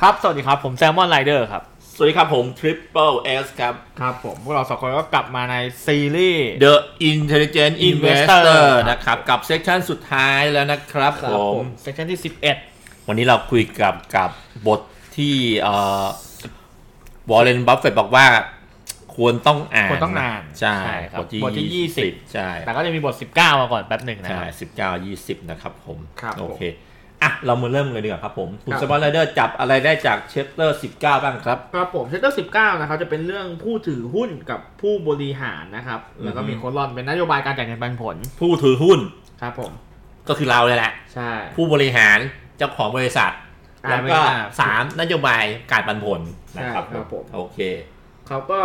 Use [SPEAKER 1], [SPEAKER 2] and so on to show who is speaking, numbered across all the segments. [SPEAKER 1] ครับ สวัสดีครับ ผมแซมมอนไรเดอร์ครับ
[SPEAKER 2] สวัสดีครับผม Triple S ครับ
[SPEAKER 1] ครับผม พวกเราสองคนก็กลับมาในซีรีส์
[SPEAKER 2] The Intelligent Investor
[SPEAKER 1] Investor
[SPEAKER 2] นะครับ กับเซสชันสุดท้ายแล้วนะครับผม
[SPEAKER 1] เซสชั่นที่ 11
[SPEAKER 2] วันนี้เราคุยกับกับบทที่เอ่อวอร์เรนบัฟเฟตบอกว่า ควรต้องอ่าน
[SPEAKER 1] ควรต้องอ่าน
[SPEAKER 2] ใช่
[SPEAKER 1] ใช่ครับ
[SPEAKER 2] บทที่
[SPEAKER 1] บทที่
[SPEAKER 2] ยี่สิบ
[SPEAKER 1] 20
[SPEAKER 2] ใช่
[SPEAKER 1] แต่ก็จะมีบท 19 มาก่อนแป๊บหนึ่งนะค
[SPEAKER 2] ใช่
[SPEAKER 1] รับ
[SPEAKER 2] สิบเก้ายี่สิบนะครับผม
[SPEAKER 1] ครับ
[SPEAKER 2] โอเค อ่ะ เรามาเริ่มเลยดีกว่าครับผม คุณ
[SPEAKER 1] ครับ
[SPEAKER 2] สปอนไรเดอร์จับอะไรได้จากเชปเตอร์สิบเก้าบ้างครับ
[SPEAKER 3] ครับผมเซตเตอร์สิบเก้านะครับจะเป็นเรื่องผู้ถือหุ้นกับผู้บริหารนะครับ แล้วก็มี
[SPEAKER 2] อือฮึ
[SPEAKER 3] โคลอนเป็นนโยบายการจ่ายเงินปันผล
[SPEAKER 2] ผู้ถือหุ้น
[SPEAKER 3] ครับผม
[SPEAKER 2] ก็คือเราเลยแหละ
[SPEAKER 3] ใช่
[SPEAKER 2] ผู้บริหารเจ้าของบริษัท
[SPEAKER 3] อ่า
[SPEAKER 2] แล้วก็
[SPEAKER 3] ไม่ได้
[SPEAKER 2] สามนโยบายการปันผลนะครับ
[SPEAKER 3] ใช่ครับผม
[SPEAKER 2] โอเค
[SPEAKER 3] เขาก็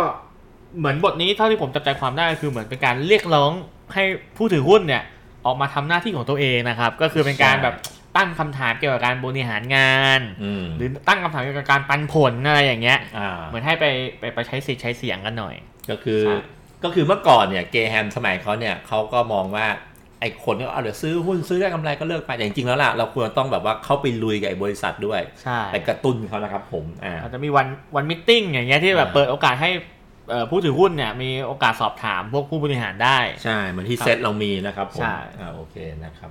[SPEAKER 1] เหมือนบทนี้เท่าที่ผมจับใจความได้คือเหมือนเป็นการเรียกร้องให้ผู้ถือหุ้นเนี่ย ออกมาทำหน้าที่ของตัวเองนะครับ ก็คือเป็นการ
[SPEAKER 2] ใช่
[SPEAKER 1] แบบตั้งคำถามเกี่ยวกับการบริหารงาน
[SPEAKER 2] อืม
[SPEAKER 1] หรือตั้งคำถามเกี่ยวกับการปันผลอะไรอย่างเงี้ย
[SPEAKER 2] อ่า
[SPEAKER 1] เหมือนให้ไปไปไปใช้สิทธิ์ใช้เสียงกันหน่อย
[SPEAKER 2] ก็คือ
[SPEAKER 1] ใช่
[SPEAKER 2] ก็คือเมื่อก่อนเนี่ยเกแฮมสมัยเขาเนี่ยเขาก็มองว่าไอ้คนก็เอาเดี๋ยวซื้อหุ้นซื้อได้กำไรก็เลิกไปแต่จริงๆแล้วล่ะ เราควรต้องแบบว่าเข้าไปลุยกับไอ้บริษัทด้วย
[SPEAKER 1] ใช่
[SPEAKER 2] ไปกระตุ้นเขานะครับผมอ่า
[SPEAKER 1] อาจจะมีวันวันมิทติ้งอย่างเงี้ยที่แบบ
[SPEAKER 2] อ่า
[SPEAKER 1] เปิดโอกาสให้เอ่อผู้ถือหุ้นเนี่ยมีโอกาสสอบถามพวกผู้บริหารได้
[SPEAKER 2] ใช่เหมือนที่
[SPEAKER 1] ครับ
[SPEAKER 2] เซตเรามีนะครับผม
[SPEAKER 1] ใช่
[SPEAKER 2] อ่าโอเคนะครับ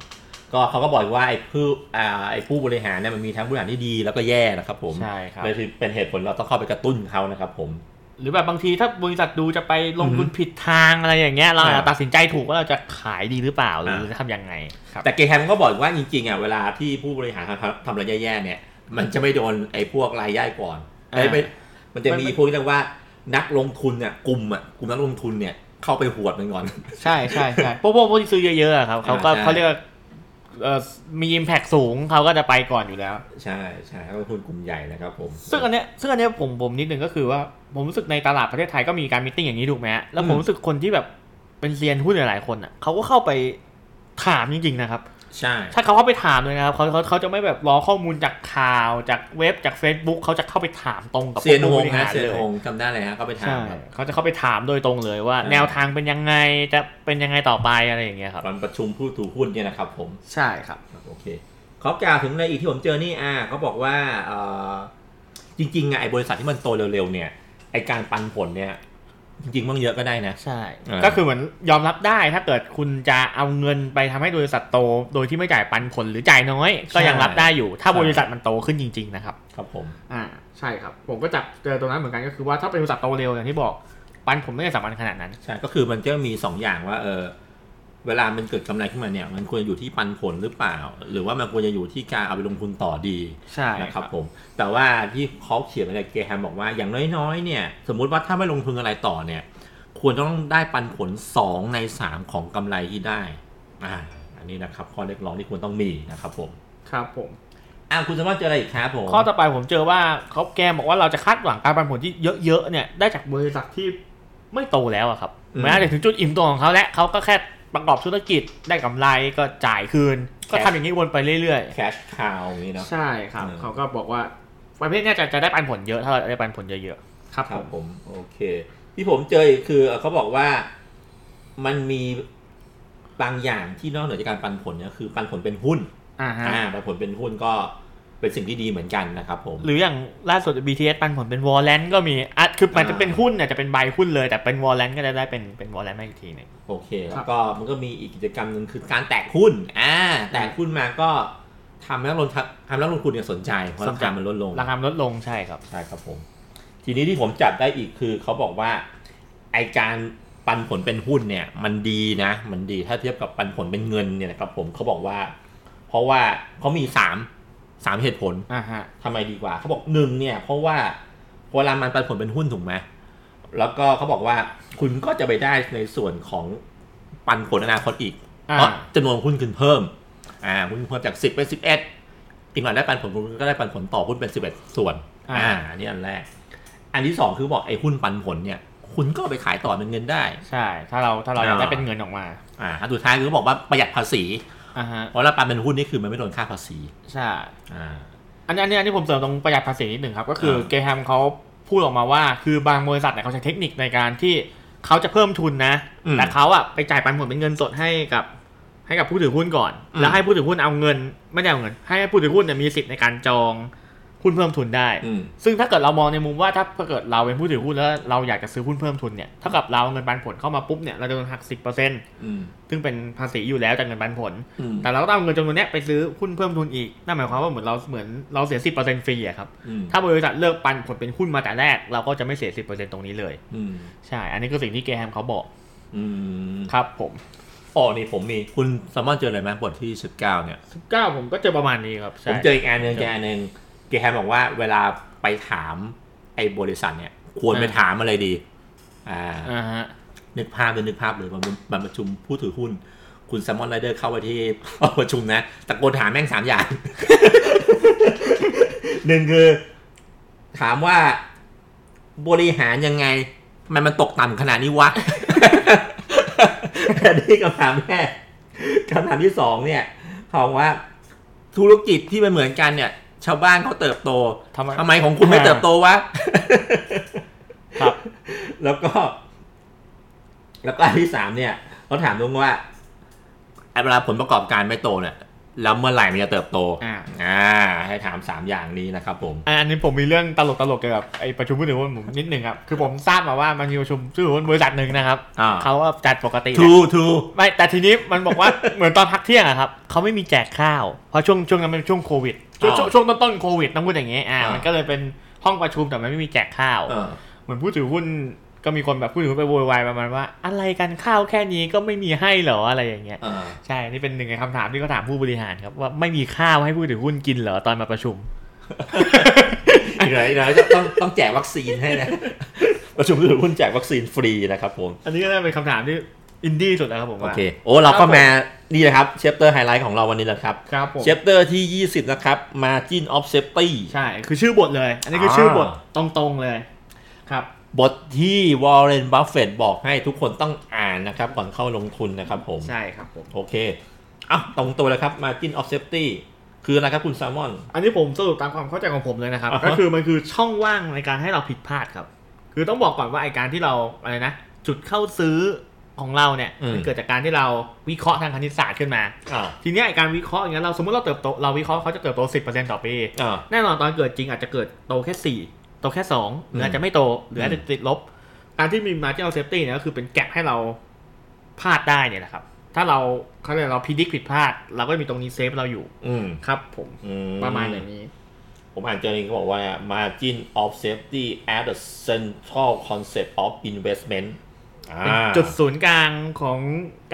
[SPEAKER 2] ก็เขาก็บอกอีกว่าไอ้ผู้อ่าไอ้ผู้บริหารเนี่ยมันมีทั้งผู้บริหารที่ดีแล้วก็แย่นะครับผม
[SPEAKER 1] ใช่ครับ
[SPEAKER 2] เลยเป็นเหตุผลเราต้องเข้าไปกระตุ้นเขานะครับผม
[SPEAKER 1] หรือแบบบางทีถ้าบริษัทดูจะไปลงทุนผิดทางอะไรอย่างเงี้ยเราอาจจะตัดสินใจถูกว่าเราจะขายดีหรือเปล่าหรือทำยังไงครับ
[SPEAKER 2] แต่เกย์แฮมก็บอกว่าจริงๆอ่ะเวลาที่ผู้บริหารทำทำอะไรแย่ๆเนี่ย มันจะไม่โดนไอ้พวกรายย่อยก่อนไอ้ไม่มันจะมีพวกที่เรียกว่านักลงทุนเนี่ยกลุ่มอ่ะกลุ่มนักลงทุนเนี่ยเข้าไปหวดมัน ก่อน
[SPEAKER 1] ใช่ใช่ใช่พวกพวกพวกที่ซื้อเยอะๆอะครับเขาก็
[SPEAKER 2] อ่าใช่
[SPEAKER 1] เขาเรียกว่าเอ่อมีอิมแพคสูงเขาก็จะไปก่อนอยู่แล้ว
[SPEAKER 2] ใช่ใช่นักลงทุนกลุ่มใหญ่นะครับผม
[SPEAKER 1] ซึ่งอันเนี้ยซึ่งอันเนี้ยผมผมนิดนึงก็คือว่าผมรู้สึกในตลาดประเทศไทยก็มีการมิทติ้งอย่างนี้ถูกไหมฮะแล้วผม
[SPEAKER 2] อืม
[SPEAKER 1] รู้สึกคนที่แบบเป็นเซียนหุ้นหลายๆคนอ่ะเขาก็เข้าไปถามจริงๆนะครับ
[SPEAKER 2] ใช่
[SPEAKER 1] ถ้าเขาเข้าไปถามเลยนะครับเขาเขาเขาจะไม่แบบรอข้อมูลจากข่าวจากเว็บจาก Facebook เขาจะเข้าไปถามตรงกับ
[SPEAKER 2] เซียน
[SPEAKER 1] ผู้
[SPEAKER 2] ฮ
[SPEAKER 1] บ
[SPEAKER 2] ง
[SPEAKER 1] ริ
[SPEAKER 2] นะ
[SPEAKER 1] หาร
[SPEAKER 2] เซียน
[SPEAKER 1] เลย
[SPEAKER 2] ฮงจำได้เลยฮะเข้าไปถาม
[SPEAKER 1] ใช่
[SPEAKER 2] ครับ
[SPEAKER 1] เขาจะเข้าไปถามโดยตรงเลยว่า
[SPEAKER 2] ใช่
[SPEAKER 1] แนวทางเป็นยังไงจะเป็นยังไงต่อไปอะไรอย่างเงี้ยครับ
[SPEAKER 2] ตอนประชุมผู้ถือหุ้นเนี่ยนะครับผม
[SPEAKER 3] ใช่ครับ
[SPEAKER 2] โอเคเขากล่าวถึงในอีกที่ผมเจอนี่อ่าเขาบอกว่าเอ่อจริงๆอะไอ้บริษัทที่มันโตเร็วๆเนี่ยไอ้การปันผลเนี่ย จริงๆมันเยอะก็ได้นะ
[SPEAKER 1] ใช่
[SPEAKER 2] อ่า
[SPEAKER 1] ก็คือเหมือนยอมรับได้ถ้าเกิดคุณจะเอาเงินไปทำให้บริษัทโต โดยที่ไม่จ่ายปันผลหรือจ่ายน้อย ก็ยังรับได้อยู่ ถ้าบริษัทมันโตขึ้นจริง ๆ นะครับ
[SPEAKER 2] ครับผม
[SPEAKER 3] อ่าใช่ครับ
[SPEAKER 1] ผมก็จับเจอตรงนั้นเหมือนกันก็คือว่าถ้าเป็นบริษัทโตเร็วอย่างที่บอกปันผลไม่ได้สำคัญขนาดนั้น
[SPEAKER 2] ใช่ก็คือมันจะมีสองอย่างว่าเออเวลามันเกิดกำไรขึ้นมาเนี่ย มันควรจะอยู่ที่ปันผลหรือเปล่า หรือว่ามันควรจะอยู่ที่การเอาไปลงทุนต่อดี
[SPEAKER 1] ใช่
[SPEAKER 2] นะครับผมแต่ว่าที่เขาเขียนในเกแฮมบอกว่าอย่างน้อยๆเนี่ย สมมุติว่าถ้าไม่ลงทุนอะไรต่อเนี่ย ควรจะต้องได้ปันผล 2 ใน 3 ของกำไรที่ได้อ่าอันนี้นะครับข้อเรียกร้องที่ควรต้องมีนะครับผม
[SPEAKER 3] ครับผม
[SPEAKER 2] อ่าคุณสามารถเจออะไรอีกครับผม
[SPEAKER 1] ข้อต่อไปผมเจอว่าเขาแกบอกว่าเราจะคาดหวังการปันผลที่เยอะๆเนี่ยได้จากบริษัทที่ไม่โตแล้วอะครับแม้จะถึงจุดอิ่มตัวของเขาแล้วเขาก็แค่ประกอบธุรกิจได้กำไรก็จ่ายคืน ก็ทำอย่างนี้วนไปเรื่อย
[SPEAKER 2] แคชคาวอย่างนี้เนาะ
[SPEAKER 3] ใช่ครับ
[SPEAKER 2] อืม
[SPEAKER 3] เขาก็บอกว่า
[SPEAKER 1] ๆประเภทเนี้ยจะจะได้ปันผลเยอะถ้าเราได้ปันผลเยอะ
[SPEAKER 3] ครับ
[SPEAKER 2] ค
[SPEAKER 3] ผ
[SPEAKER 2] รับ
[SPEAKER 3] ม
[SPEAKER 2] ผมโอเค ที่ผมเจออีกคือเอ่อเขาบอกว่ามันมีบางอย่างที่นอกเหนือจากการปันผลเนี่ยคือปันผลเป็นหุ้น
[SPEAKER 3] อ่าฮะ
[SPEAKER 2] อ่าปันผลเป็นหุ้นก็เป็นสิ่งที่ดีเหมือนกันนะครับผม
[SPEAKER 1] ๆ หรืออย่างล่าสุด BTS ปันผลเป็นวอลเลนก็มีอ่ะคือมันจะเป็นหุ้นเนี่ยจะเป็นใบหุ้นเลยแต่เป็นวอลเลนก็จะได้เป็นเป็นวอลเลนมาอีกทีหนึง
[SPEAKER 2] โอเค
[SPEAKER 3] ครับ
[SPEAKER 2] แล้วก็มันก็มีอีกกิจกรรมหนึ่งคือการแตกหุ้นอ่าแตกหุ้นมาก็ทำให้นักลงทุนทำให้นักลงทุนเนี่ยสนใจเพราะราคามันลดลง
[SPEAKER 1] ราคามันลดลงใช่ครับ
[SPEAKER 2] ใช่ครับผม ทีนี้ที่ผมจับได้อีกคือเขาบอกว่าไอการปันผลเป็นหุ้นเนี่ย มันดีนะ มันดีถ้าเทียบกับปันผลเป็นเงินเนี่ยนะครับผมเขาบอกว่า เพราะว่าเขามีสามสามเหตุผล
[SPEAKER 3] อ่าฮะ
[SPEAKER 2] ทำไมดีกว่าเขาบอกหนึ่งเนี่ย เพราะว่าเวลามันปันผลเป็นหุ้นถูกไหมแล้วก็เขาบอกว่าคุณก็จะไปได้ในส่วนของปันผลอนาคตอีก
[SPEAKER 1] อ่า
[SPEAKER 2] เพราะจำนวนหุ้นขึ้นเพิ่ม อ่าหุ้นเพิ่มจากสิบเป็นสิบเอ็ดอีกหน่อยได้ปันผลคุณก็ได้ปันผลต่อหุ้นเป็นสิบเอ็ดส่วน อ่า
[SPEAKER 1] อ่า
[SPEAKER 2] อันนี้อันแรก อันที่สองคือบอกไอ้หุ้นปันผลเนี่ย คุณก็เอาไปขายต่อเป็นเงินได้
[SPEAKER 1] ใช่ ถ้าเราถ้าเราอยาก
[SPEAKER 2] อ่า
[SPEAKER 1] ได้เป็นเงินออกมา
[SPEAKER 2] อ่าอันสุดท้ายคือบอกว่าประหยัดภาษี
[SPEAKER 1] อ่าฮะ
[SPEAKER 2] เพราะเราปันเป็นหุ้นนี่คือมันไม่โดนค่าภาษี
[SPEAKER 1] ใช่
[SPEAKER 2] อ่า
[SPEAKER 1] อันนี้อันนี้อันนี้ผมเสริมตรงประหยัดภาษีนิดหนึ่งครับ ก็คือ
[SPEAKER 2] เออ
[SPEAKER 1] เกรแฮมเขาพูดออกมาว่า คือบางบริษัทเนี่ยเขาใช้เทคนิคในการที่เขาจะเพิ่มทุนนะ
[SPEAKER 2] อืม
[SPEAKER 1] แต่เขาอะไปจ่ายปันผลเป็นเงินสดให้กับ ให้กับผู้ถือหุ้นก่อน
[SPEAKER 2] อืม
[SPEAKER 1] แล้วให้ผู้ถือหุ้นเอาเงิน ไม่ได้เอาเงิน ให้ผู้ถือหุ้นเนี่ยมีสิทธิ์ในการจอง หุ้นเพิ่มทุนได้
[SPEAKER 2] อืม
[SPEAKER 1] ซึ่งถ้าเกิดเรามองในมุมว่าถ้าเกิดเราเป็นผู้ถือหุ้นแล้วเราอยากจะซื้อหุ้นเพิ่มทุนเนี่ยเท่ากับเราเอาเงินปันผลเข้ามาปุ๊บเนี่ยเราจะโดนหัก 10%
[SPEAKER 2] อืม
[SPEAKER 1] ซึ่งเป็นภาษีอยู่แล้วจากเงินปันผล
[SPEAKER 2] อืม
[SPEAKER 1] แต่เราก็ต้องเอาเงินจำนวนเนี้ยไปซื้อหุ้นเพิ่มทุนอีกนั่นหมายความว่าเหมือนเราเหมือนเราเสีย 10%ฟรีอะครับ
[SPEAKER 2] อืม
[SPEAKER 1] ถ้าบริษัทเลิกปันผลเป็นหุ้นมาแต่แรก เราก็จะไม่เสีย 10%ตรงนี้เลย
[SPEAKER 2] อืม
[SPEAKER 1] ใช่อันนี้คือสิ่งที่เกรแฮมเขาบอก
[SPEAKER 2] อืม
[SPEAKER 1] ครับผม
[SPEAKER 2] อ๋อนี่ผมมีคุณแซมมอนเจออะไรไหมบทที่สิบเก้าเนี่ย
[SPEAKER 1] สิบเก้าผมก็เจอประมาณนี้ครับ
[SPEAKER 2] ผ
[SPEAKER 1] ใช่
[SPEAKER 2] มเจออีกอันหนึ่งเจออันหนึ่งเกรแฮมบอกว่าเวลาไปถามไอ้บริษัทเนี่ย ควรไปถามอะไรดี อ่า
[SPEAKER 1] อ่าฮะ
[SPEAKER 2] นึกภาพเลยนึกภาพเลยมันประชุมผู้ถือหุ้น คุณแซมมอนไรเดอร์เข้าไปที่ ห้องประชุมนะตะโกนถามแม่งสามอย่าง หนึ่งคือ ถามว่าบริหารยังไงทำไมมันตกต่ำขนาดนี้วะ อันนี้คำถามแรกคำถามที่สองเนี่ยถามว่า ธุรกิจที่มันเหมือนกันเนี่ย ชาวบ้านเขาเติบโต
[SPEAKER 1] ทำไม
[SPEAKER 2] ทำไมของคุณไม่เติบโตวะ
[SPEAKER 1] ครับ
[SPEAKER 2] แล้วก็ แล้วก็อันที่สามเนี่ยเขาถามลุงว่าไอ้เวลาผลประกอบการไม่โตเนี่ยแล้วเมื่อไหร่มันจะเติบโต
[SPEAKER 1] อ่า
[SPEAKER 2] อ่าให้ถามสามอย่างนี้นะครับผม
[SPEAKER 1] อันนี้ผมมีเรื่องตลกตลกๆเกี่ยวกับไอ้ประชุมผู้ถือหุ้นผมนิดหนึ่งครับ คือผมทราบมาว่ามันมีประชุมผู้ถือหุ้นบริษัทหนึ่งนะครับ
[SPEAKER 2] อ่า
[SPEAKER 1] เขาก็จัดปกติแห
[SPEAKER 2] ทู
[SPEAKER 1] ละ
[SPEAKER 2] ทู
[SPEAKER 1] ไม่แต่ทีนี้มันบอกว่า เหมือนตอนพักเที่ยงอะครับ เขาไม่มีแจกข้าว เพราะช่วงช่วงนั้นเป็นช่วงโควิดช่วงช่วงช่วงต้นต้นๆโควิดต้องพูดอย่างเงี้ยอ่ามันก็เลยเป็นห้องประชุมแต่มันไม่มีแจกข้าว
[SPEAKER 2] เออ
[SPEAKER 1] เหมือนผู้ถือหุ้นก็มีคนแบบผู้ถือหุ้นไปโวยวายประมาณว่า อะไรกันข้าวแค่นี้ก็ไม่มีให้เหรออะไรอย่างเงี้ย
[SPEAKER 2] เออ
[SPEAKER 1] ใช่นี่เป็นหนึ่งในคำถามที่เขาถามผู้บริหารครับว่าไม่มีข้าวให้ผู้ถือหุ้นกินเหรอตอนมาประชุม
[SPEAKER 2] อีกหน่อยอีกหน่อยจะต้องต้องแจกวัคซีนให้นะ ประชุมผู้ถือหุ้นแจกวัคซีนฟรีนะครับผม
[SPEAKER 1] อันนี้ก็น่าเป็นคำถามที่อินดี้สุดแล้วครับผม
[SPEAKER 2] โอ
[SPEAKER 1] ว่า
[SPEAKER 2] เค โอ้ เราก็มา นี่นะครับ เชปเตอร์ไฮไลท์ของเราวันนี้แหละครับ
[SPEAKER 1] ครับผม
[SPEAKER 2] เชปเตอร์ที่ 20 นะครับ Margin of Safety
[SPEAKER 1] ใช่ คือชื่อบทเลย อันนี้คือชื่อบทตรงๆเลยครับ
[SPEAKER 2] บทที่วอร์เรนบัฟเฟตบอกให้ทุกคนต้องอ่านนะครับ ก่อนเข้าลงทุนนะครับผม
[SPEAKER 1] ใช่ครับผม
[SPEAKER 2] โอเคเอ้าตรงตัวแล้วครับ Margin of Safety คืออะไรครับคุณแซมมอน
[SPEAKER 1] อันนี้ผมสรุปตามความเข้าใจของผมเลยนะครับ
[SPEAKER 2] อ่าฮะ
[SPEAKER 1] ก็คือมันคือช่องว่างในการให้เราผิดพลาดครับ คือต้องบอกก่อนว่าไอการที่เราอะไรนะ จุดเข้าซื้อของเราเนี่ยมันเกิดจากการที่เราวิเคราะห์ทางคณิตศาสตร์ขึ้นมา
[SPEAKER 2] อ้าว
[SPEAKER 1] ทีเนี้ยไอ้การวิเคราะห์อย่างเงี้ยเราสมมติเราเติบโตเราวิเคราะห์เขาจะเติบโต 10%ต่อปี
[SPEAKER 2] อ้าว
[SPEAKER 1] แน่นอนตอนเกิดจริงอาจจะเกิดโตแค่ 4 โตแค่ 2 หรืออาจจะไม่โต หรืออาจจะติดลบ การที่มี margin of safety เนี่ยก็คือเป็นแก็บให้เราพลาดได้เนี่ยแหละครับ ถ้าเราเขาเรียกเราพิจิตผิดพลาด เราก็จะมีตรงนี้เซฟเราอยู่
[SPEAKER 2] อืม
[SPEAKER 1] ครับผม
[SPEAKER 2] อื
[SPEAKER 1] ประมาณอย่างนี้
[SPEAKER 2] ผมอ่านเจอเองเขาบอกว่า margin of safety as the central concept of investment อ่า
[SPEAKER 1] เป็นจุดศูนย์กลางของ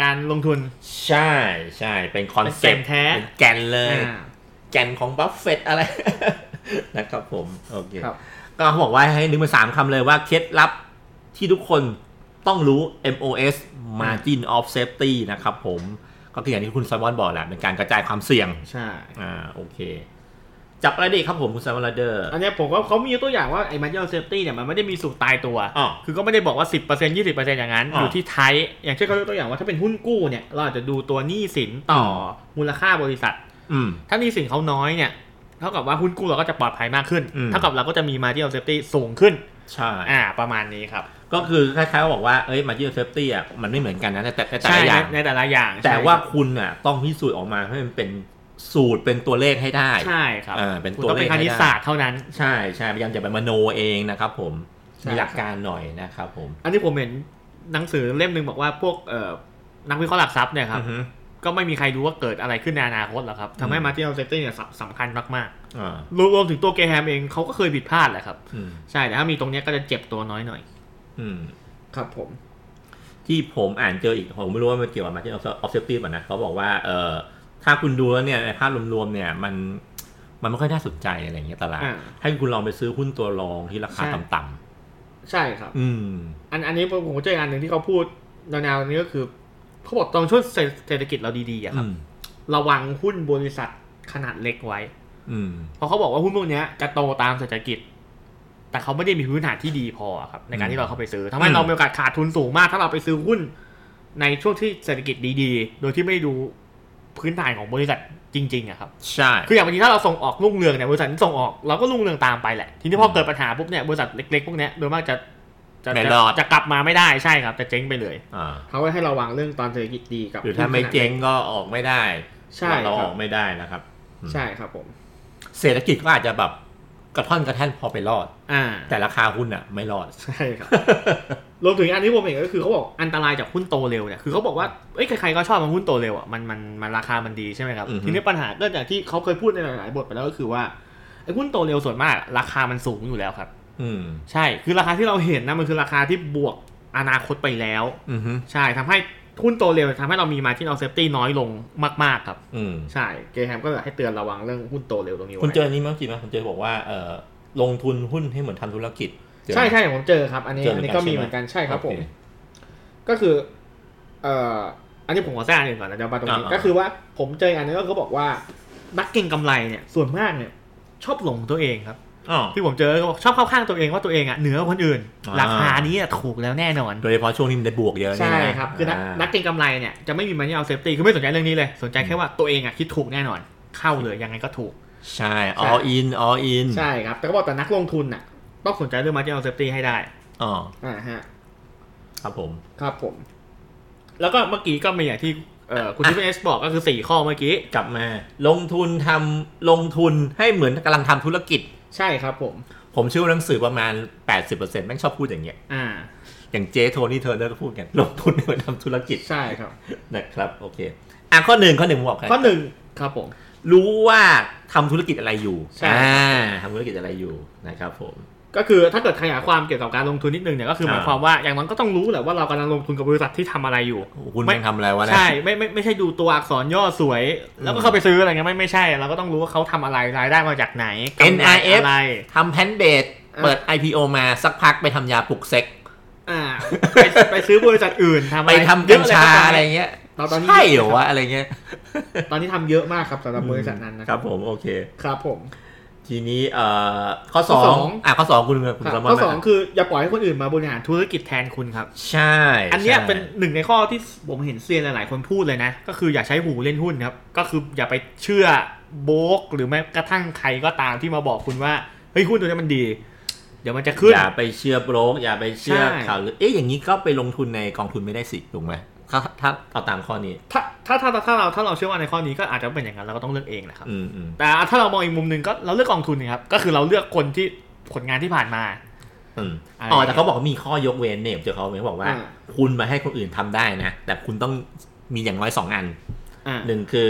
[SPEAKER 1] การลงทุน
[SPEAKER 2] ใช่ใช่เป็นคอนเซ็ปต์
[SPEAKER 1] เป็นแก่นแท้
[SPEAKER 2] เป็นแกนเลย
[SPEAKER 1] อ่า
[SPEAKER 2] แกนของบัฟเฟตต์อะไร นะครับผม โอเค
[SPEAKER 1] ครับ
[SPEAKER 2] ก็เขาบอกว่าให้นึกมาสามคำเลยว่าเคล็ดลับที่ทุกคนต้องรู้ MOS Margin of Safety นะครับผม ก็คืออย่างที่คุณไซมอนบอกแหละเป็นการกระจายความเสี่ยง
[SPEAKER 1] ใช่
[SPEAKER 2] อ่า โอเค จับอะไรดีครับผมคุณไซมอนไรเดอร์
[SPEAKER 1] อันเนี้ยผมก็เขามีตัวอย่างว่าไอ้ margin of safety เนี่ยมันไม่ได้มีสูตรตายตัว
[SPEAKER 2] อ๋อ
[SPEAKER 1] คือก็ไม่ได้บอกว่า 10% 20%อย่างนั้น
[SPEAKER 2] อ๋อ
[SPEAKER 1] อ
[SPEAKER 2] อ
[SPEAKER 1] ยู่ที่ไทป์อย่างเช่นเขายกตัวอย่างว่าถ้าเป็นหุ้นกู้เนี่ยเราอาจจะดูตัวหนี้สินต่อมูลค่าบริษัท
[SPEAKER 2] อืม
[SPEAKER 1] ถ้าหนี้สินเขาน้อยเนี่ยเท่ากับว่าหุ้นกู้เราก็จะปลอดภัยมากขึ้น
[SPEAKER 2] อืม
[SPEAKER 1] เท่ากับเราก็จะมีมาที่เราเซฟตี้สูงขึ้น
[SPEAKER 2] ใช่
[SPEAKER 1] อ่า ประมาณนี้ครับ
[SPEAKER 2] ก็คือคล้ายๆว่าบอกว่า เอ้ย Margin of Safety อ่ะ มันไม่เหมือนกันนะแต่แต่แต่
[SPEAKER 1] ใช่
[SPEAKER 2] ละอย่าง
[SPEAKER 1] ในในแต่ละอย่าง
[SPEAKER 2] แต่ว่าคุณอ่ะ ต้องพิสูจน์ออกมาให้มันเป็นสูตรเป็นตัวเลขให้ได้
[SPEAKER 1] ใช่ครับ
[SPEAKER 2] อ่าเป็น
[SPEAKER 1] คุณ
[SPEAKER 2] ตัว
[SPEAKER 1] ต้อง
[SPEAKER 2] เล
[SPEAKER 1] เป็
[SPEAKER 2] ข
[SPEAKER 1] นคณิต
[SPEAKER 2] ให้ได้
[SPEAKER 1] ศาสตร์เท่านั้น
[SPEAKER 2] ใช่ใช่พยายามจะไปมโนเองนะครับผม
[SPEAKER 1] ใช่
[SPEAKER 2] มีหลักการหน่อยนะครับผม
[SPEAKER 1] อันนี้ผมเห็นหนังสือเล่มหนึ่งบอกว่าพวกเอ่อนักวิเคราะห์หลักทรัพย์เนี่ยครับ
[SPEAKER 2] อือฮึ
[SPEAKER 1] ก็ไม่มีใครรู้ว่าเกิดอะไรขึ้นในอนาคตหรอกครับทำให้มาที่เราเซฟตี้เนี่ยสำสำคัญมาก
[SPEAKER 2] อ่า
[SPEAKER 1] ๆรวมรวมถึงตัวเกรแฮมเองเขาก็เคยผิดพลาดแหละครับ
[SPEAKER 2] อืม
[SPEAKER 1] ใช่แต่ถ้ามีตรงเนี้ยก็จะเจ็บตัวน้อยหน่อย
[SPEAKER 2] อืม
[SPEAKER 1] ครับผม
[SPEAKER 2] ที่ผมอ่านเจออีกผมไม่รู้ว่ามันเกี่ยวกับมาที่ออฟเซฟตี้ป่ะนะเขาบอกว่าเออถ้าคุณดูแล้วเนี่ยในภาพรวมๆเนี่ยมันมันไม่ค่อยน่าสนใจอะไรอย่างเงี้ยตลาด
[SPEAKER 1] อ่า
[SPEAKER 2] ให้คุณลองไปซื้อหุ้นตัวรองที่ราคา
[SPEAKER 1] ใช่
[SPEAKER 2] ต่ำ
[SPEAKER 1] ใช่ครับ
[SPEAKER 2] ๆอืม
[SPEAKER 1] อันอันนี้ผมเจออันหนึ่งที่เขาพูดแนวๆนี้ก็คือเขาบอกตอนช่วงเศรษฐกิจเราดีๆอะค
[SPEAKER 2] อื
[SPEAKER 1] รับ
[SPEAKER 2] ม
[SPEAKER 1] ระวังหุ้นบริษัทขนาดเล็กไว้
[SPEAKER 2] อืม
[SPEAKER 1] เพราะเขาบอกว่าหุ้นพวกเนี้ยจะโตตามเศรษฐกิจ แต่เขาไม่ได้มีพื้นฐานที่ดีพออะครับในการ
[SPEAKER 2] อื
[SPEAKER 1] ที่
[SPEAKER 2] ม
[SPEAKER 1] เราเข้าไปซื้อทำให้
[SPEAKER 2] อืม
[SPEAKER 1] เรามีโอกาสขาดทุนสูงมาก ถ้าเราไปซื้อหุ้นในช่วงที่เศรษฐกิจดีๆ โดยที่ไม่ดูพื้นฐานของบริษัทจริงๆอะครับ
[SPEAKER 2] ใช่
[SPEAKER 1] คืออย่างบางทีถ้าเราส่งออกรุ่งเรืองเนี่ยบริษัทที่ส่งออกเราก็รุ่งเรืองตามไปแหละทีนี้พอเกิดปัญหาปุ๊บเนี่ยบริษัทเล็กๆพวกเนี้ยโดยมากจะจะ
[SPEAKER 2] ไม่
[SPEAKER 1] จะ
[SPEAKER 2] รอด
[SPEAKER 1] จะกลับมาไม่ได้ใช่ครับจะเจ๊งไปเลย
[SPEAKER 2] อ่า
[SPEAKER 1] เขาก็ให้ระวังเรื่องตอนเศรษฐกิจดีกับ
[SPEAKER 2] หรือถ้าไม่เจ๊งก็ออกไม่ได้
[SPEAKER 1] ใช่ค
[SPEAKER 2] เรา
[SPEAKER 1] รั
[SPEAKER 2] อ
[SPEAKER 1] บอก
[SPEAKER 2] ไม่ได้นะครับ
[SPEAKER 1] ใช่ครับผม
[SPEAKER 2] เศรษฐกิจก็อาจจะแบบ กระท่อนกระแท่นพอไปรอด
[SPEAKER 1] อ่า
[SPEAKER 2] แต่ราคาหุ้นอ่ะ ไม่รอด
[SPEAKER 1] ใช่ครับ รวมถึงอันที่ผมเห็นก็คือเขาบอกอันตรายจากหุ้นโตเร็วเนี่ยคือเขาบอกว่าเอ้ยใครๆก็ชอบมันหุ้นโตเร็วอ่ะมันมันมันราคามันดีใช่ไหมครับ
[SPEAKER 2] อือฮึ
[SPEAKER 1] ทีนี้ปัญหาก็อย่างที่เขาเคยพูดในหลายๆบทไปแล้วก็คือว่าไอ้หุ้นโตเร็วส่วนมาก ราคามันสูงอยู่แล้วครับ
[SPEAKER 2] อืม
[SPEAKER 1] ใช่คือราคาที่เราเห็นนะมันคือราคาที่บวกอนาคตไปแล้ว
[SPEAKER 2] อืม
[SPEAKER 1] ใช่ทำให้หุ้นโตเร็วทำให้เรามีมาที่เราเซฟตี้น้อยลงมากๆครับ
[SPEAKER 2] อืม
[SPEAKER 1] ใช่ เกรแฮมก็ให้เตือนระวังเรื่องหุ้นโตเร็วตรงนี้ไว้
[SPEAKER 2] คุณเจออนนี้มั้งจริงไหมคุณเจอบอกว่าเออลงทุนหุ้นให้เหมือนทำธุรกิจเจอไหม
[SPEAKER 1] ใช่ใช่ผมเจอครับ อันนี้
[SPEAKER 2] เจอเหมื
[SPEAKER 1] อั
[SPEAKER 2] อนนกัน
[SPEAKER 1] นี้ก็มี
[SPEAKER 2] ใช่ไหม
[SPEAKER 1] เหมือนกันใช่ครับผม
[SPEAKER 2] โอเ
[SPEAKER 1] ก็คือเอ่ออันนี้ผมขอแทรกอันหนึ่งก่อนนะเดี๋ยวมาตรงนี้
[SPEAKER 2] อ่าๆ
[SPEAKER 1] ก็คือว่าผมเจออันนึงก็เขาบอกว่านักเก็งกำไรเนี่ยส่วนมากเนี่ยชอบหลงตัวเองครับ
[SPEAKER 2] อ๋อ
[SPEAKER 1] ที่ผมเจอก็บอกชอบเข้าข้างตัวเองว่าตัวเองอ่ะเหนือกว่าคนอื่น
[SPEAKER 2] อ่า
[SPEAKER 1] ราคานี้อะถูกแล้วแน่นอน
[SPEAKER 2] โดยเฉพาะช่วงนี้มันได้บวกเยอะเนี่ย
[SPEAKER 1] ใช่
[SPEAKER 2] นะ
[SPEAKER 1] ครับ คือนัก
[SPEAKER 2] า
[SPEAKER 1] นักเก็งกำไรเนี่ยจะไม่มีมันนี่เอาเซฟตี้คือไม่สนใจเรื่องนี้เลย สนใจแค่ว่าตัวเองอ่ะคิดถูกแน่นอน เข้าเลยยังไงก็ถูก
[SPEAKER 2] ใช่ all in all in
[SPEAKER 1] ใช่ครับ แต่ก็บอกแต่นักลงทุนน่ะต้องสนใจเรื่องมันนี่เอาเซฟตี้ให้ได้
[SPEAKER 2] อ๋อ
[SPEAKER 1] อ่าฮะ
[SPEAKER 2] ครับผม
[SPEAKER 1] ครับผม แล้วก็เมื่อกี้ก็มีอย่างที่เอ่อคุณทิพย์เอสบอกก็คือสี่ข้อเมื่อกี้
[SPEAKER 2] กลับมาลงทุนทำลงทุนให้เหมือนกำลังทำธุรกิจ
[SPEAKER 1] ใช่ครับผม
[SPEAKER 2] ผมเชื่อว่าหนังสือประมาณ 80%แม่งชอบพูดอย่างเงี้ย
[SPEAKER 1] อ่า
[SPEAKER 2] อย่างเจโทนี่เทอร์เนอร์ก็พูดกัน ลงทุนให้เหมือนทำธุรกิจ
[SPEAKER 1] ใช่ครับ
[SPEAKER 2] นะครับ โอเค อ่ะข้อหนึ่งข้อหนึ่งผมบอกใคร
[SPEAKER 1] ข้อหนึ่งครับผม
[SPEAKER 2] รู้ว่าทำธุรกิจอะไรอยู่
[SPEAKER 1] ใช่
[SPEAKER 2] อ่าทำธุรกิจอะไรอยู่นะครับผม
[SPEAKER 1] ก็คือถ้าเกิดขยายความเกี่ยวกับการลงทุนนิดนึงเนี่ยก็คือหมาย
[SPEAKER 2] อ่า
[SPEAKER 1] ความว่าอย่างน้อยก็ต้องรู้แหละว่าเรากำลังลงทุนกับบริษัทที่ทำอะไรอยู่
[SPEAKER 2] โอ้โหคุณ
[SPEAKER 1] ไม่
[SPEAKER 2] แม่งทำอะไรวะนะ
[SPEAKER 1] ใช่ไม่ไม่ไม่ใช่ดูตัวอักษรย่อสวย แล้วก็เข้าไปซื้ออะไรเงี้ยไม่ไม่ใช่เราก็ต้องรู้ว่าเขาทำอะไรรายได้มาจากไหนกำไร
[SPEAKER 2] NRF
[SPEAKER 1] อะไร
[SPEAKER 2] ทำแพนเบด
[SPEAKER 1] อ่ะ
[SPEAKER 2] เปิด IPO มาสักพักไปทำยาปลุกเซ็ก
[SPEAKER 1] อ่าไปไปซื้อบริษัทอื่นทำอะ
[SPEAKER 2] ไป
[SPEAKER 1] ร
[SPEAKER 2] ทำ
[SPEAKER 1] เย
[SPEAKER 2] กัญ
[SPEAKER 1] อะเลยคบ
[SPEAKER 2] ชาอะไรเงี้ย
[SPEAKER 1] เราตอนนี้
[SPEAKER 2] ใช่เหรอวะอะไรเงี้ย
[SPEAKER 1] ตอนนี้ทำเยอะมากครับสำหรับบริษัทนั้นนะ
[SPEAKER 2] ค
[SPEAKER 1] ค
[SPEAKER 2] รั
[SPEAKER 1] รั
[SPEAKER 2] บบ ผมโอเค
[SPEAKER 1] ครับผม
[SPEAKER 2] ทีนี้เอ่อข้อส
[SPEAKER 1] ข้
[SPEAKER 2] อ
[SPEAKER 1] อสอง ง
[SPEAKER 2] อ่ะข้อสองคุณคุณ
[SPEAKER 1] ครับ
[SPEAKER 2] สมอน
[SPEAKER 1] ข้อสองคืออย่าปล่อยให้คนอื่นมาบริหารธุรกิจแทนคุณครับ
[SPEAKER 2] ใช่
[SPEAKER 1] อันเนี้ย
[SPEAKER 2] ใช่
[SPEAKER 1] เป็นหนึ่งในข้อที่ผมเห็นเซียนหลาย ๆ คนพูดเลยนะ ก็คืออย่าใช้หูเล่นหุ้นครับ ก็คืออย่าไปเชื่อโบรกหรือแม้กระทั่งใครก็ตามที่มาบอกคุณว่าเฮ้ยหุ้นตัวเนี้ยมันดี เดี๋ยวมันจะขึ้น
[SPEAKER 2] อย่าไปเชื่อโบรกอย่าไปเชื่อ
[SPEAKER 1] ใช่
[SPEAKER 2] ข่าวหรือเอ๊ะอย่างนี้ก็ไปลงทุนในกองทุนไม่ได้สิถูกไหมถ้าถ้าเอาตามข้อนี้
[SPEAKER 1] ถ้าถ้าถ้าถ้าเราถ้าเราเชื่อว่าในข้อนี้ก็อาจจะเป็นอย่างนั้นเราก็ต้องเลือกเองแหละครับ
[SPEAKER 2] อืมอืม
[SPEAKER 1] แต่ถ้าเรามองอีกมุมหนึ่งก็เราเลือกกองทุนนะครับ ก็คือเราเลือกคนที่ผลงานที่ผ่านมา
[SPEAKER 2] อืม
[SPEAKER 1] อะไร
[SPEAKER 2] อ๋อแต่เขาบอกว่ามีข้อยกเว้นเนี่ยเจอเขาเขาบอกว่า
[SPEAKER 1] อ่า
[SPEAKER 2] คุณมาให้คนอื่นทำได้นะ แต่คุณต้องมีอย่างน้อยสองอัน
[SPEAKER 1] อ่า
[SPEAKER 2] หนึ่งคือ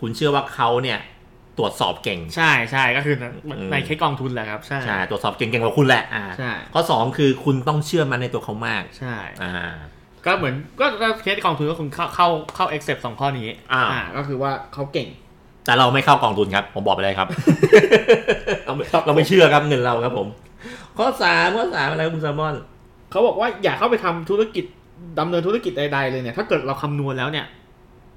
[SPEAKER 2] คุณเชื่อว่าเขาเนี่ย ตรวจสอบเก่ง
[SPEAKER 1] ใช่ใช่ก็คือ
[SPEAKER 2] อืม
[SPEAKER 1] ในเคสกองทุนแหละครับ ใช่
[SPEAKER 2] ใช่ตรวจสอบเก่งเก่งกว่าคุณแหละอ่า
[SPEAKER 1] ใช่
[SPEAKER 2] ข้อสองคือคุณต้องเชื่อมันในตัวเขามาก
[SPEAKER 1] ใช่
[SPEAKER 2] อ่า
[SPEAKER 1] ก็เหมือนก็ถ้าเคสกองทุนก็คงเข้าเข้าเข้าเอ็กเซปสองข้อนี้
[SPEAKER 2] อ่า
[SPEAKER 1] ก็คือว่าเขาเก่ง
[SPEAKER 2] แต่เราไม่เข้ากองทุนครับ ผมบอกไปเลยครับ เราไม่เราไม่เชื่อครับเงินเราครับผม ข้อสามข้อสามอะไรคุณแซลมอน
[SPEAKER 1] เขาบอกว่าอย่าเข้าไปทำธุรกิจดำเนินธุรกิจใดๆเลยเนี่ย ถ้าเกิดเราคำนวณแล้วเนี่ย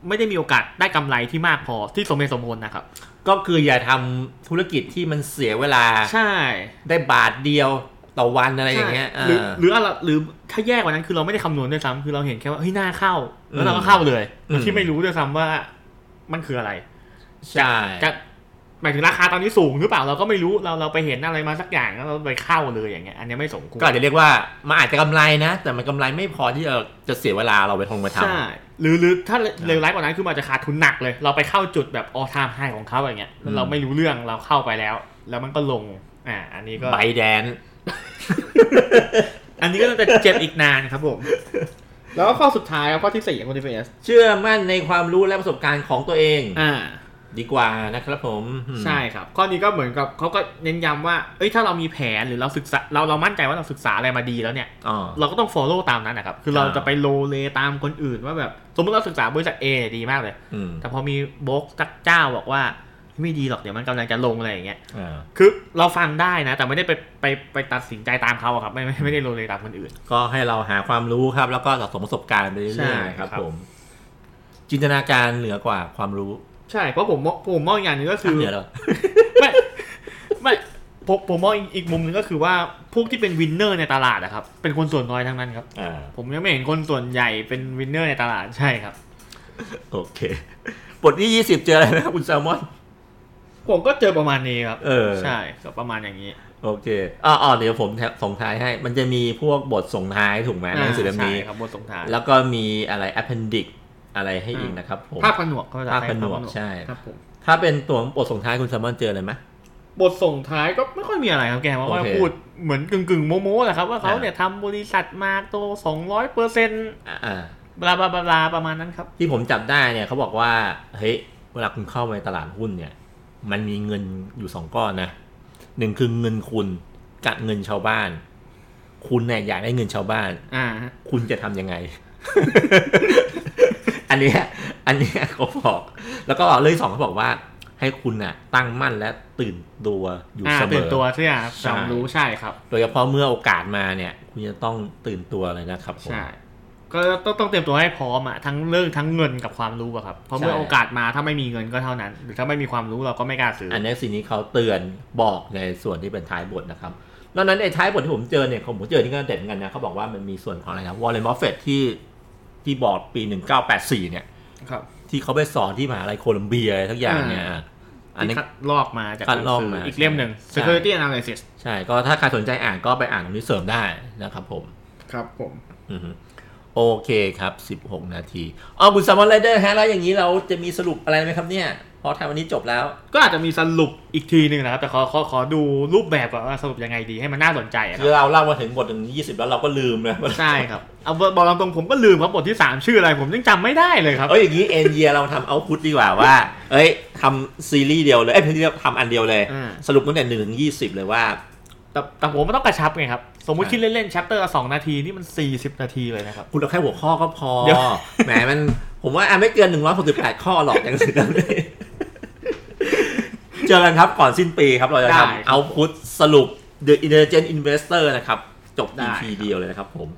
[SPEAKER 1] ไม่ได้มีโอกาสได้กำไรที่มากพอที่สมเหตุสมผลนะครับ
[SPEAKER 2] ก็คืออย่าทำธุรกิจที่มันเสียเวลา
[SPEAKER 1] ใช่
[SPEAKER 2] ได้บาทเดียวต่อวันอะไรอย่างเงี้ย
[SPEAKER 1] ใช่หรือ
[SPEAKER 2] เออ
[SPEAKER 1] หรืออะไรหรือถ้าแย่กว่านั้นคือเราไม่ได้คำนวณด้วยซ้ำคือเราเห็นแค่ว่าเฮ้ยหน้าเข้า แล้วเราก็เข้าเลย
[SPEAKER 2] อืม
[SPEAKER 1] โดยที่ไม่รู้ด้วยซ้ำว่ามันคืออะไร
[SPEAKER 2] ใช่
[SPEAKER 1] จะหมายถึงราคาตอนนี้สูงหรือเปล่าเราก็ไม่รู้เราเราไปเห็นอะไรมาสักอย่างแล้วเราไปเข้าเลยอย่างเงี้ยอันเนี้ยไม่สมควร
[SPEAKER 2] ก็อาจจะเรียกว่ามันอาจจะกำไรนะ แต่มันกำไรไม่พอที่จะจะเสียเวลาเราไปทงไปท
[SPEAKER 1] ใช่หรือหรือถ้าเลวร้ายกว่านั้นคือมันอาจจะขาดทุนหนักเลย เราไปเข้าจุดแบบออทามไฮของเขาอย่างเงี้ยแล้วเราไม่รู้เรื่องเราเข้าไปแล้ว แล้วมันก็ลงอ่าอันนี้ก็
[SPEAKER 2] ำใบแดน
[SPEAKER 1] อันนี้ก็จะเจ็บอีกนานครับผม แล้วก็ข้อสุดท้ายครับข้อที่สี่ของคุณทีเอส
[SPEAKER 2] เชื่อมั่นในความรู้และประสบการณ์ของตัวเอง
[SPEAKER 1] อ่า
[SPEAKER 2] ดีกว่านะครับผมอืม
[SPEAKER 1] ใช่ครับ ข้อนี้ก็เหมือนกับเขาก็เน้นย้ำว่าเอ้ยถ้าเรามีแผนหรือเราศึกษาเราเรามั่นใจว่าเราศึกษาอะไรมาดีแล้วเนี่ย
[SPEAKER 2] อ๋อ
[SPEAKER 1] เราก็ต้อง follow ตามนั้นนะครับ คือเรา
[SPEAKER 2] อ่า
[SPEAKER 1] จะไปโลเลตามคนอื่นว่าแบบ สมมติเราศึกษาบริษัท A เนี่ยดีมากเลย
[SPEAKER 2] อืม
[SPEAKER 1] แต่พอมีบล็อกสักเจ้าบอกว่า ไม่ดีหรอกเดี๋ยวมันกำลังจะลงอะไรอย่างเงี้ย
[SPEAKER 2] อ่า
[SPEAKER 1] คือเราฟังได้นะ แต่ไม่ได้ไปไปไปตัดสินใจตามเขาอะครับ ไม่ไม่ไม่ได้โลเลตามคนอื่น
[SPEAKER 2] ก็ให้เราหาความรู้ครับ แล้วก็สะสมประสบการณ์ไปเรื่
[SPEAKER 1] ใช่
[SPEAKER 2] อยๆค
[SPEAKER 1] ครั
[SPEAKER 2] รับบ ผม จินตนาการเหนือกว่าความรู้
[SPEAKER 1] ใช่ เพราะผมมองผมมองอย่างหนึงก็คือ
[SPEAKER 2] เหนือเหรอ
[SPEAKER 1] ไม่ไม่ผมผมมองอีกอีกมุมหนึงก็คือว่าพวกที่เป็นวินเนอร์ในตลาดอะครับ เป็นคนส่วนน้อยทั้งนั้นครับ
[SPEAKER 2] อ่า
[SPEAKER 1] ผมยังไม่เห็นคนส่วนใหญ่เป็นวินเนอร์ในตลาด ใช่ครับ
[SPEAKER 2] โอเคบทที่ยี่สิบเจออะไรนะคุณแซลมอน
[SPEAKER 1] ผมก็เจอประมาณนี้ครับ
[SPEAKER 2] เออ
[SPEAKER 1] ใช่ก็ประมาณอย่างนี้
[SPEAKER 2] โอเคอ๋ออ๋อเดี๋ยวผมแถมส่งท้ายให้ มันจะมีพวกบทส่งท้ายถูกไหมหนังสือเล่มนี้
[SPEAKER 1] ใช่ครับบทสงทาย
[SPEAKER 2] แล้วก็มีอะไร appendix อะไรให้อีกนะครับผม
[SPEAKER 1] ภาพผนวกเขาจะ
[SPEAKER 2] ภาพผนวกใช่
[SPEAKER 1] ครับผม
[SPEAKER 2] ถ้าเป็นตัวบทส่งท้ายคุณแซลมอนเจออะไรไหม
[SPEAKER 1] บทส่งท้ายก็ไม่ค่อยมีอะไรครับแกว่า
[SPEAKER 2] โอเค
[SPEAKER 1] ว่าพูดเหมือนกึ่งกึ่งๆโมโม่แหละครับว่าเขาเนี่ยทำบริษัทมาโตสองร้อยเปอร์เซ็นต์
[SPEAKER 2] อ่า
[SPEAKER 1] บลาบลาบลาประมาณนั้นครับ
[SPEAKER 2] ที่ผมจับได้เนี่ยเขาบอกว่าเฮ้ยเวลาคุณเข้าไปตลาดหุ้นเนี่ย มันมีเงินอยู่สองก้อนนะหนึ่งคือเงินคุณกับเงินชาวบ้าน คุณเนี่ยอยากได้เงินชาวบ้าน
[SPEAKER 1] อ่าฮะ
[SPEAKER 2] คุณจะทำยังไง อันเนี้ยอันเนี้ยเขาบอก แล้วก็เรื่องสองเขาบอกว่า ให้คุณน่ะ ตั้งมั่นและตื่นตัวอยู่
[SPEAKER 1] อ่า
[SPEAKER 2] เสม
[SPEAKER 1] ตื่น
[SPEAKER 2] อ
[SPEAKER 1] ตัวใช่ไหมครับ
[SPEAKER 2] ใช่
[SPEAKER 1] สามรู้ใช่ครับ
[SPEAKER 2] โดยเฉพาะเมื่อโอกาสมาเนี่ย คุณจะต้องตื่นตัวเลยนะครับผม
[SPEAKER 1] ใช่ ก็ต้องต้องเตรียมตัวให้พร้อมอะทั้งเรื่องทั้งเงินกับความรู้อะครับ เพราะ
[SPEAKER 2] ใช่
[SPEAKER 1] เมื่อโอกาสมาถ้าไม่มีเงินก็เท่านั้น หรือถ้าไม่มีความรู้เราก็ไม่กล้าซื้ออ
[SPEAKER 2] อันนี้สิ่งนี้เขาเตือนบอกในส่วนที่เป็นท้ายบทนะครับนอกนั้นไอ้ท้ายบทที่ผมเจอเนี่ยผมเจอที่ก็เด่นเหมือนกันนะเขาบอกว่ามันมีส่วนของอะไรนะวอลเลนบัฟเฟตที่ที่บอกปี 1984 เนี่ย
[SPEAKER 1] ครับ
[SPEAKER 2] ที่เขาไปสอนที่มหาลัยโคลัมเบียอะไรทั้งอย่างเนี่ยอ่ะอัน
[SPEAKER 1] ที่
[SPEAKER 2] นี้
[SPEAKER 1] คัดลอกมาจาก
[SPEAKER 2] คัดลอก
[SPEAKER 1] หนังสื
[SPEAKER 2] มา
[SPEAKER 1] อีกเล่มหนึ่ง
[SPEAKER 2] ใช่
[SPEAKER 1] security analysis
[SPEAKER 2] ใช่ ก็ถ้าใครสนใจอ่านก็ไปอ่านตรงนี้เสริมได้นะครับผม
[SPEAKER 1] ครับผม
[SPEAKER 2] อือฮึโอเคครับ 16 นาทีอ๋อคุณสมอนไรเดอร์ฮะแล้วอย่างนี้เราจะมีสรุปอะไรไหมครับเนี่ยเพราะทำวันนี้จบแล้ว
[SPEAKER 1] ก็อาจจะมีสรุปอีกทีหนึ่งนะครับ แต่ขอขอขอดูรูปแบบก่อนว่าสรุปยังไงดีให้มันน่าสนใจอะค
[SPEAKER 2] คือ
[SPEAKER 1] รับ
[SPEAKER 2] เราเล่ามาถึงบทถึง20 แล้วเราก็ลืมนะ
[SPEAKER 1] ใช่ครับเอาบอกตามตรงผมก็ลืมครับบทที่สามชื่ออะไรผมยังจำไม่ได้เลยครับ
[SPEAKER 2] เอ้ยอย่างนี้เอ็นเยียเราทำเอาพุทดีกว่าว่า เอ้ยทำซีรีส์เดียวเลยเอ้ยพี่เรียกทำอันเดียวเลย
[SPEAKER 1] อ่า
[SPEAKER 2] สรุปตั้งแต่หนึ่งถึงยี่สิบเลยว่า
[SPEAKER 1] แต่แต่ผมมันต้องกระชับไงครับ สมมุติ
[SPEAKER 2] ใช่
[SPEAKER 1] คิดเล่นๆ c h a p t e r ละสองนาทีนี่มันสี่สิบนาทีเลยนะครับ
[SPEAKER 2] คุณเอาแค่หัวข้อก็ พอ
[SPEAKER 1] เดี๋ยว
[SPEAKER 2] แหมมันผมว่าอ่ะไม่เกินหนึ่งร้อยหกสิบแปดข้อหรอกอย่างสือ เลย เจอกันครับก่อนสิ้นปีครับเราจะ
[SPEAKER 1] ได้ครับ
[SPEAKER 2] ทำเอาพุทสรุป The Intelligent Investor นะครับ จบ
[SPEAKER 1] ได้ค
[SPEAKER 2] EP
[SPEAKER 1] รับ
[SPEAKER 2] เดียวเลยนะครับผม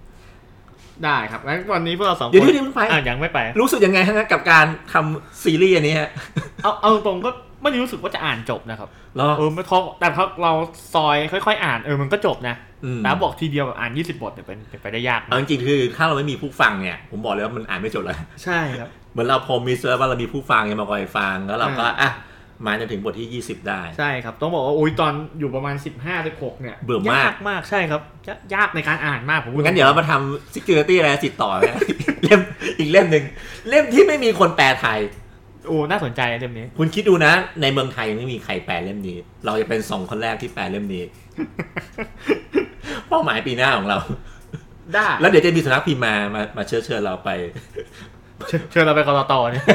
[SPEAKER 1] ได้ครับงั้นวันนี้พวกเราสองคน
[SPEAKER 2] เดี๋ยวที่มันไป
[SPEAKER 1] อ่ะยังไม่ไป
[SPEAKER 2] รู้สึกยังไงฮะกับการทำซีรีส์อันนี้ฮะ
[SPEAKER 1] เอาเอาตรงๆก็ไม่ได้รู้สึกว่าจะอ่านจบนะครับ
[SPEAKER 2] แล้ว
[SPEAKER 1] เออไม่ท้อแต่ถ้าเราซอยค่อยๆ อ่านเออมันก็จบนะ
[SPEAKER 2] อืม
[SPEAKER 1] แต่บอกทีเดียวแบบอ่าน 20 บทเนี่ยเป็นเป็นไปได้ยาก
[SPEAKER 2] เอาจริงๆคือถ้าเราไม่มีผู้ฟังเนี่ย ผมบอกเลยว่ามันอ่านไม่จบเลย
[SPEAKER 1] ใช่ครับ
[SPEAKER 2] เหมือนเราพอมีเซอร์ว่าเรามีผู้ฟังยังมาคอยฟัง แล้วเราก็อ่ะมาจนถึงบทที่ 20 ได้
[SPEAKER 1] ใช่ครับ ต้องบอกว่าโอ้ยตอนอยู่ประมาณ 15 16เนี่ย
[SPEAKER 2] เบื่อมาก
[SPEAKER 1] ยากมากใช่ครับยากยากในการอ่านมากผมพู
[SPEAKER 2] งั้นเดี๋ยวเรามาทำ security อะไร สิต่อไหม เล่มอีกเล่มหนึ่งเล่มที่ไม่มีคนแปลไทย
[SPEAKER 1] โอ้น่าสนใจเรื่องนี้
[SPEAKER 2] คุณคิดดูนะ ในเมืองไทยยังไม่มีใครแปลเล่มนี้ เราจะเป็นสองคนแรกที่แปลเล่มนี้ เป้าหมายปีหน้าของเรา
[SPEAKER 1] ได้
[SPEAKER 2] แล้วเดี๋ยวจะมีสำนักพิมพ์มามามาเชิญเชิญเราไป
[SPEAKER 1] เชิญเชิญเราไปกรตอเนี่ย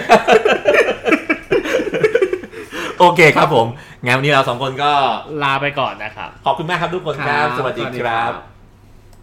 [SPEAKER 2] โอเคครับผมงานวันนี้เราสองคนก็
[SPEAKER 1] ลาไปก่อนนะครับ
[SPEAKER 2] ขอบคุณมากครับทุกคนครับ สวัสดีครับ